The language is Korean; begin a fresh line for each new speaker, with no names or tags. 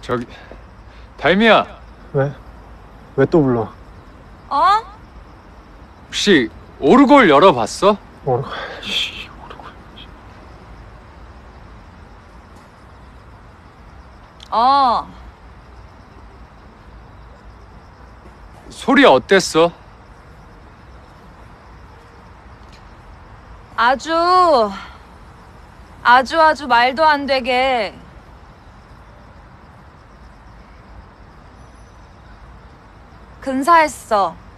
저기 달미야
왜? 왜 또 불러?
어?
혹시 오르골 열어봤어?
모르고.
어.
소리 어땠어?
아주 아주 아주 말도 안 되게 근사했어.